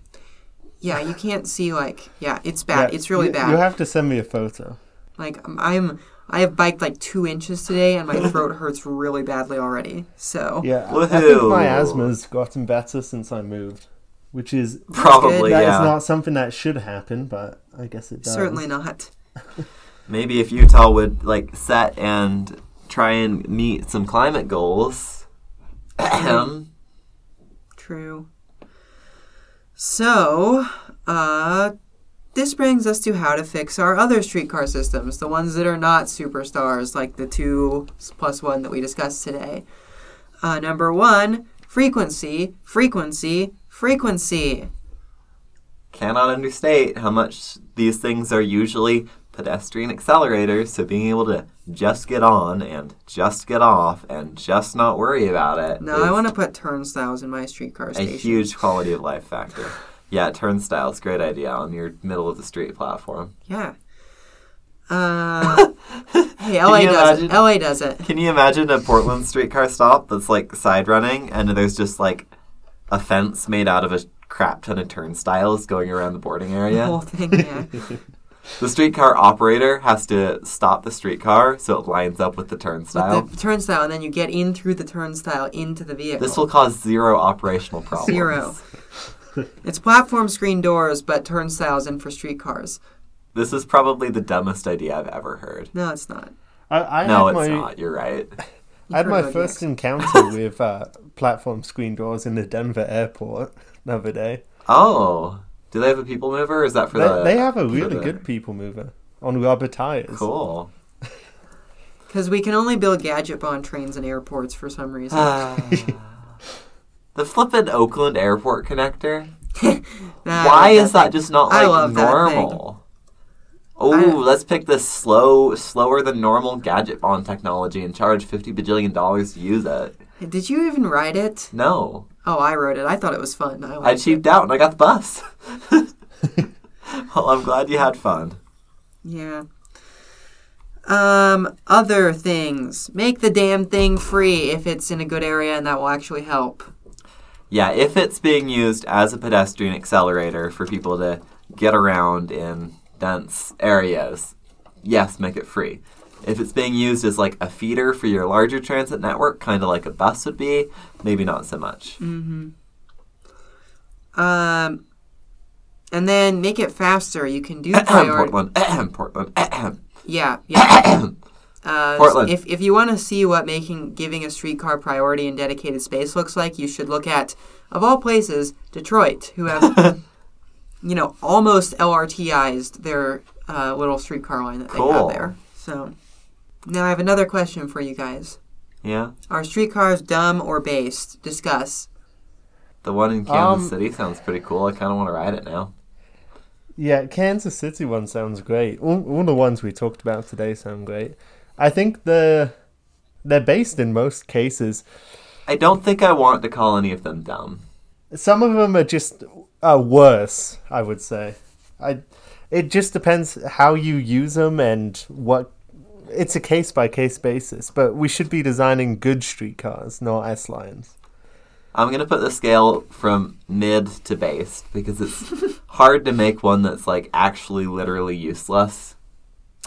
A: Yeah, you can't see like yeah, it's
C: Yeah,
A: bad. it's really
C: you-
A: bad.
C: You have to send me a photo.
A: Like um, I'm, I have biked like two inches today, and my throat hurts really badly already. So
C: Yeah, I- I think my
B: Woohoo.
C: asthma's gotten better since I moved, which is
B: Probably,
C: that is
B: yeah.
C: not something that should happen, but I guess it does.
A: certainly not.
B: Maybe if Utah would like set and try and meet some climate goals. Ahem.
A: True. So, uh, this brings us to how to fix our other streetcar systems, the ones that are not superstars, like the two plus one that we discussed today. Uh, number one, frequency, frequency, frequency.
B: cannot understate how much these things are usually pedestrian accelerators, so being able to just get on and just get off and just not worry about it
A: No,
B: is
A: I want to put turnstiles in my streetcar
B: a
A: station.
B: huge quality of life factor. Yeah, turnstiles, great idea on your middle of the street platform.
A: Yeah. Uh, hey, LA
B: you
A: does it.
B: imagine?
A: LA does it.
B: Can you imagine a Portland streetcar stop that's like side running and there's just like a fence made out of a crap ton of turnstiles going around the boarding
A: The
B: area?
A: whole thing, yeah.
B: The streetcar operator has to stop the streetcar so it lines up with the turnstile.
A: But the turnstile, and then you get in through the turnstile into the vehicle.
B: This will cause zero operational problems.
A: Zero. it's platform screen doors, but turnstiles in for streetcars.
B: This is probably the dumbest idea I've ever heard.
A: No, it's not.
C: I, I
B: No,
C: had
B: it's
C: my,
B: not. You're right.
C: I had
A: You've
C: my
A: heard about
C: first encounter with uh, platform screen doors in the Denver airport the other day.
B: Oh, do they have a people mover? Or is that for
C: They,
B: the?
C: they have a
B: for
C: really
B: the-
C: good people mover on rubber tires.
B: Cool.
A: Because we can only build gadget bond trains in airports for some reason.
B: Ah. the flippin' Oakland airport connector.
A: Nah, I
B: Why
A: like
B: is that just not
A: I
B: like
A: love that
B: normal? Oh, let's pick this slow, slower than normal gadget bond technology and charge fifty bajillion dollars to use it.
A: thing. Did you even ride it?
B: No,
A: Oh, I rode it. I thought it was fun. I
B: I
A: liked it.
B: cheaped out and I got the bus. well, I'm glad you had fun.
A: Yeah. Um, other things. Make the damn thing free if it's in a good area, and that will actually help.
B: Yeah, if it's being used as a pedestrian accelerator for people to get around in dense areas, yes, make it free. If it's being used as like a feeder for your larger transit network, kind of like a bus would be, maybe not so much.
A: Um, and then make it faster. You can do priority.
B: Portland, Portland,
A: Yeah, yeah. Uh,
B: Portland.
A: If, if you want to see what making giving a streetcar priority and dedicated space looks like, you should look at, of all places, Detroit, who have, you know, almost LRTized their uh, little streetcar line that they have
B: Cool.
A: there. So now I have another question for you guys.
B: yeah,
A: Are streetcars dumb or based? Discuss.
B: the one in Kansas
C: Um,
B: City sounds pretty cool. I kind of want to ride it now.
C: Yeah, Kansas City one sounds great. All, all the ones we talked about today sound great. I think the they're based in most cases.
B: I don't think I want to call any of them dumb.
C: Some of them are just uh, worse. I would say. I. It just depends how you use them and what. It's a case by case basis, but we should be designing good streetcars, not S lines.
B: I'm gonna put the scale from mid to base because it's hard to make one that's like actually literally useless.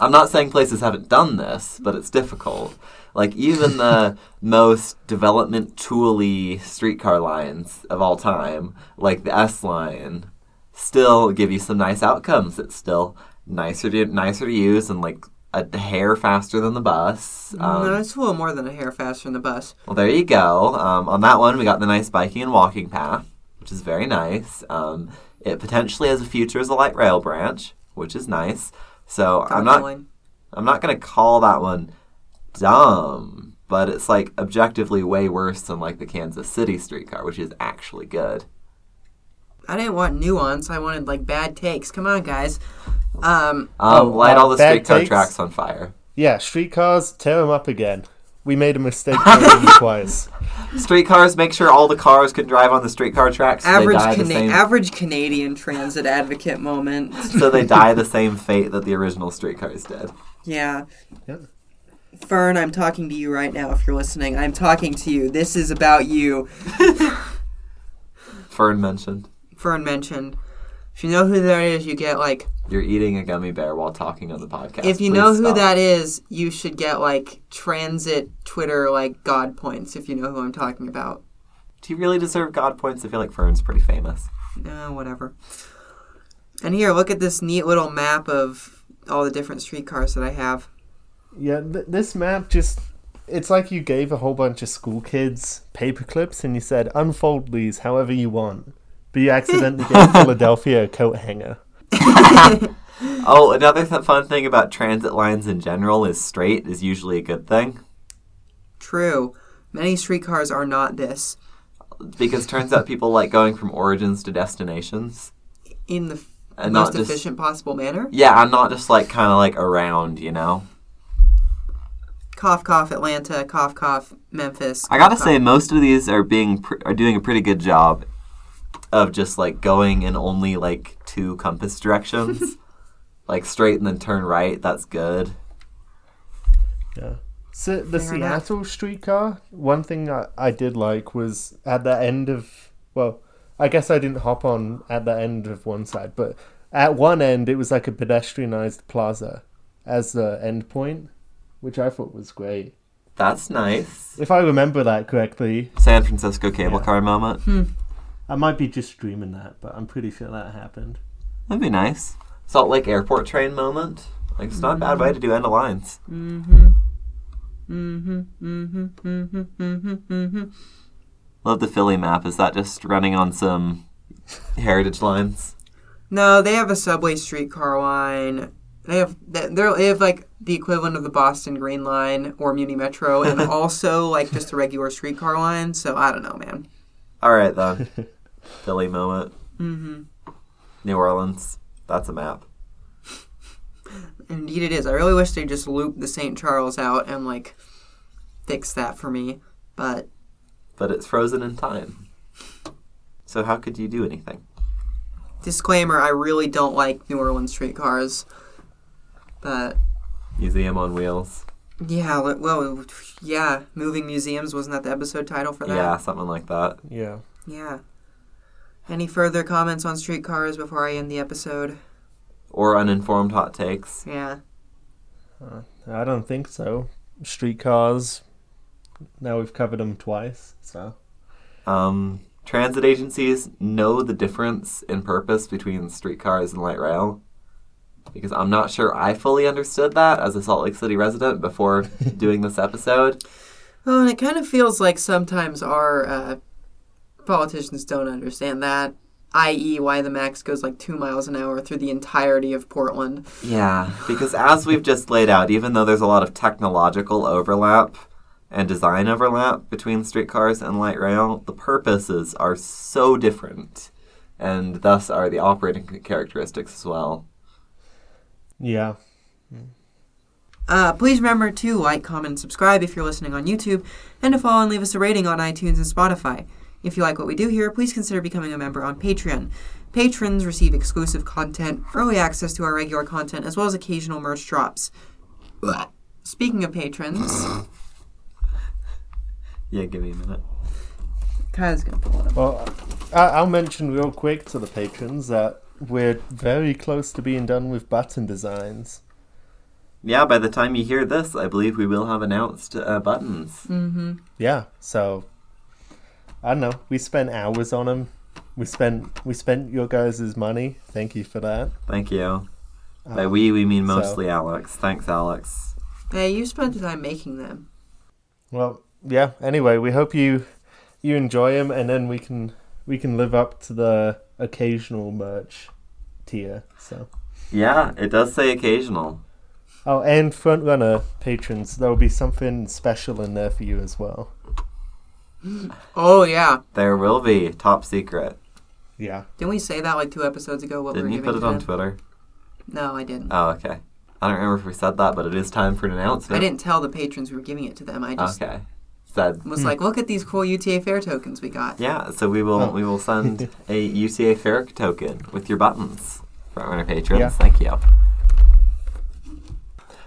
B: I'm not saying places haven't done this, but it's difficult. Like even the most development tooly streetcar lines of all time, like the S line, still give you some nice outcomes. It's still nicer to nicer to use and like a hair faster than the bus. Um,
A: no, it's a little more than a hair faster than the bus.
B: well, there you go. Um, on that one, we got the nice biking and walking path, which is very nice. Um, it potentially has a future as a light rail branch, which is nice. So I'm not.
A: Tunneling.
B: I'm not gonna call that one dumb, but it's like objectively way worse than like the Kansas City streetcar, which is actually good.
A: I didn't want nuance. I wanted like bad takes. Come on, guys. Um,
B: Um,
C: Oh,
B: light
C: wow,
B: all the
C: bad
B: streetcar
C: takes?
B: tracks on fire.
C: Yeah, streetcars, tear them up again. We made a mistake doing it twice.
B: Streetcars make sure all the cars can drive on the streetcar tracks. So
A: average
B: they die the
A: Cana-
B: same.
A: average Canadian transit advocate moment.
B: so they die the same fate that the original streetcars did.
A: Yeah.
C: Yeah.
A: Fern, I'm talking to you right now. If you're listening, I'm talking to you. This is about you.
B: Fern mentioned.
A: Fern mentioned. If you know who that is, you get like.
B: You're eating a gummy bear while talking on the podcast.
A: if you
B: Please
A: know who
B: stop.
A: that is, you should get like transit Twitter like god points. If you know who I'm talking about.
B: Do you really deserve God points? I feel like Fern's pretty famous.
A: Uh, whatever. And here, look at this neat little map of all the different streetcars that I have.
C: Yeah, th- this map just. It's like you gave a whole bunch of school kids paper clips and you said, unfold these however you want. But you accidentally gave Philadelphia a coat hanger.
B: Oh, another th- fun thing about transit lines in general is straight is usually a good thing
A: True. Many streetcars are not this.
B: because turns out people like going from origins to destinations.
A: in the f-
B: And
A: most
B: not just-
A: efficient possible manner.
B: Yeah, I'm not just like kind of like around, you know.
A: Cough, cough, Atlanta. Cough, cough, Memphis.
B: I gotta say, most of these are being pr- are doing a pretty good job of just like going in only like two compass directions, like straight and then turn right. That's good.
C: Yeah. So the
A: Fair enough.
C: Seattle streetcar, one thing I, I did like was at the end of well, I guess I didn't hop on at the end of one side, but at one end it was like a pedestrianized plaza as the end point, which I thought was great.
B: That's nice.
C: If I remember that correctly,
B: San Francisco cable
C: Yeah.
B: car moment.
A: Hmm.
C: I might be just dreaming that, but I'm pretty sure that happened.
B: That'd be nice. Salt Lake airport train moment. Like it's not a bad way to do end of lines.
A: Mm-hmm, mm-hmm, mm-hmm, mm-hmm, mm-hmm.
B: Love the Philly map. Is that just running on some heritage lines?
A: No, they have a subway streetcar line. They have they- they're, they have like the equivalent of the Boston Green Line or Muni Metro, and also like just a regular streetcar line. So I don't know, man.
B: All right then. Philly moment.
A: Mm-hmm.
B: New Orleans. That's a map.
A: Indeed, it is. I really wish they just looped the St. Charles out and like fix that for me. But
B: But it's frozen in time. So how could you do anything?
A: disclaimer: I really don't like New Orleans streetcars. But
B: Museum on wheels.
A: Yeah, li- well, yeah, moving museums wasn't that the episode title for that?
B: Yeah, something like that.
C: Yeah.
A: Yeah. Any further comments on streetcars before I end the episode?
B: Or uninformed hot takes.
A: Yeah.
C: I don't think so. Streetcars. Now we've covered them twice, so
B: Um, transit agencies know the difference in purpose between streetcars and light rail. Because I'm not sure I fully understood that as a Salt Lake City resident before doing this episode.
A: Well, Oh, and it kind of feels like sometimes our uh, politicians don't understand that, i.e., why the max goes like two miles an hour through the entirety of Portland.
B: Yeah, because as we've just laid out, even though there's a lot of technological overlap and design overlap between streetcars and light rail, the purposes are so different, and thus are the operating characteristics as well.
C: yeah.
A: Uh, please remember to like, comment, and subscribe if you're listening on YouTube, and to follow and leave us a rating on iTunes and Spotify. If you like what we do here, please consider becoming a member on Patreon. Patrons receive exclusive content, early access to our regular content, as well as occasional merch drops. Blah. Speaking of patrons,
B: Yeah, give me a minute.
A: Kyle's gonna pull it up.
C: Well, I- I'll mention real quick to the patrons that we're very close to being done with button designs.
B: yeah, by the time you hear this, I believe we will have announced uh, buttons.
A: Mm.
C: Yeah. So I don't know. We spent hours on them. We spent we spent your guys' money. Thank you for that.
B: Thank you. By we, we mean
C: Uh, so-
B: mostly Alex. Thanks, Alex.
A: Hey, you spent the time making them.
C: Well, yeah. Anyway, we hope you you enjoy them, and then we can we can live up to the occasional merch tier. So.
B: Yeah, it does say occasional.
C: Oh, and frontrunner patrons, there will be something special in there for you as well.
A: Oh yeah,
B: There will be top secret.
C: Yeah.
A: didn't we say that like two episodes ago? What
B: Didn't
A: we
B: you
A: were
B: put
A: giving
B: it
A: to
B: on
A: them?
B: Twitter?
A: No, I didn't.
B: Oh, okay. I don't remember if we said that, but it is time for an announcement.
A: I didn't tell the patrons we were giving it to them. I just
B: Okay. Said.
A: was like, look at these cool UTA fair tokens we got.
B: Yeah, so we will
C: Oh.
B: we will send a UCA Ferric token with your buttons. Frontrunner patrons,
C: Yeah.
B: thank you.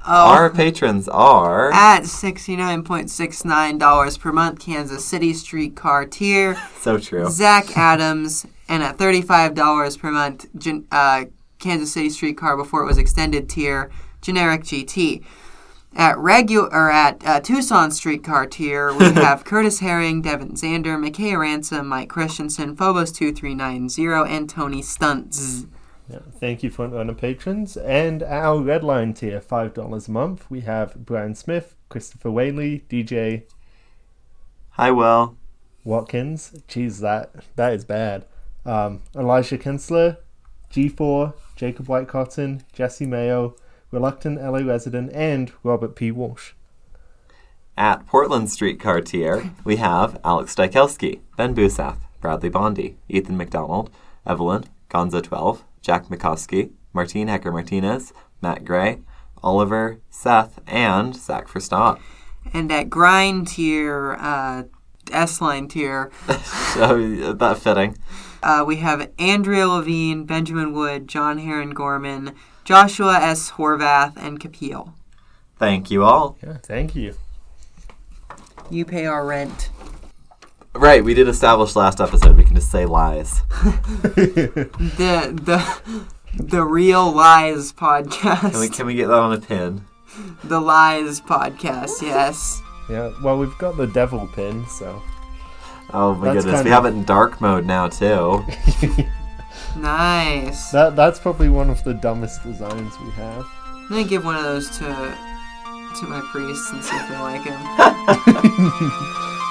A: Oh.
B: Our patrons are
A: At $69.69 per month, Kansas City streetcar tier,
B: so true.
A: Zach Adams, and at $35 per month, gen- uh, Kansas City streetcar before it was extended tier, generic GT. At regu- or at uh, Tucson streetcar tier, we have Curtis Herring, Devin Zander, McKay Ransom, Mike Christensen, Phobos2390, and Tony Stunts.
C: yeah. Thank you, frontrunner patrons. And our red line tier, $5 a month, we have Brian Smith, Christopher Whaley, DJ
B: Hi, Will.
C: Watkins. Jeez, that that is bad. Um, Elijah Kinsler, G4, Jacob White Cotton, Jesse Mayo, Reluctant LA Resident, and Robert P. Walsh.
B: At Portland Streetcar tier, we have Alex Dykowski, Ben Busath, Bradley Bondy, Ethan McDonald, Evelyn, Gonza12, Jack McCoskey, Martine Hecker Martinez, Matt Gray, Oliver, Seth, and Zach Verstappen.
A: And at grind tier, uh, S line tier,
B: So that fitting.
A: Uh, we have Andrea Levine, Benjamin Wood, John Heron Gorman, Joshua S. Horvath, and Kapil.
B: Thank you all.
C: Yeah, thank you.
A: You pay our rent.
B: Right, we did establish last episode we can just say lies.
A: The the the real lies podcast.
B: Can we, can we get that on a pin?
A: the lies podcast. Yes.
C: Yeah, well, we've got the devil pin, so.
B: Oh my
C: That's
B: goodness,
C: kind
B: we
C: of-
B: have it in dark mode now too.
A: Nice.
C: That that's probably one of the dumbest designs we have.
A: I'm gonna give one of those to to my priests and see if they like him.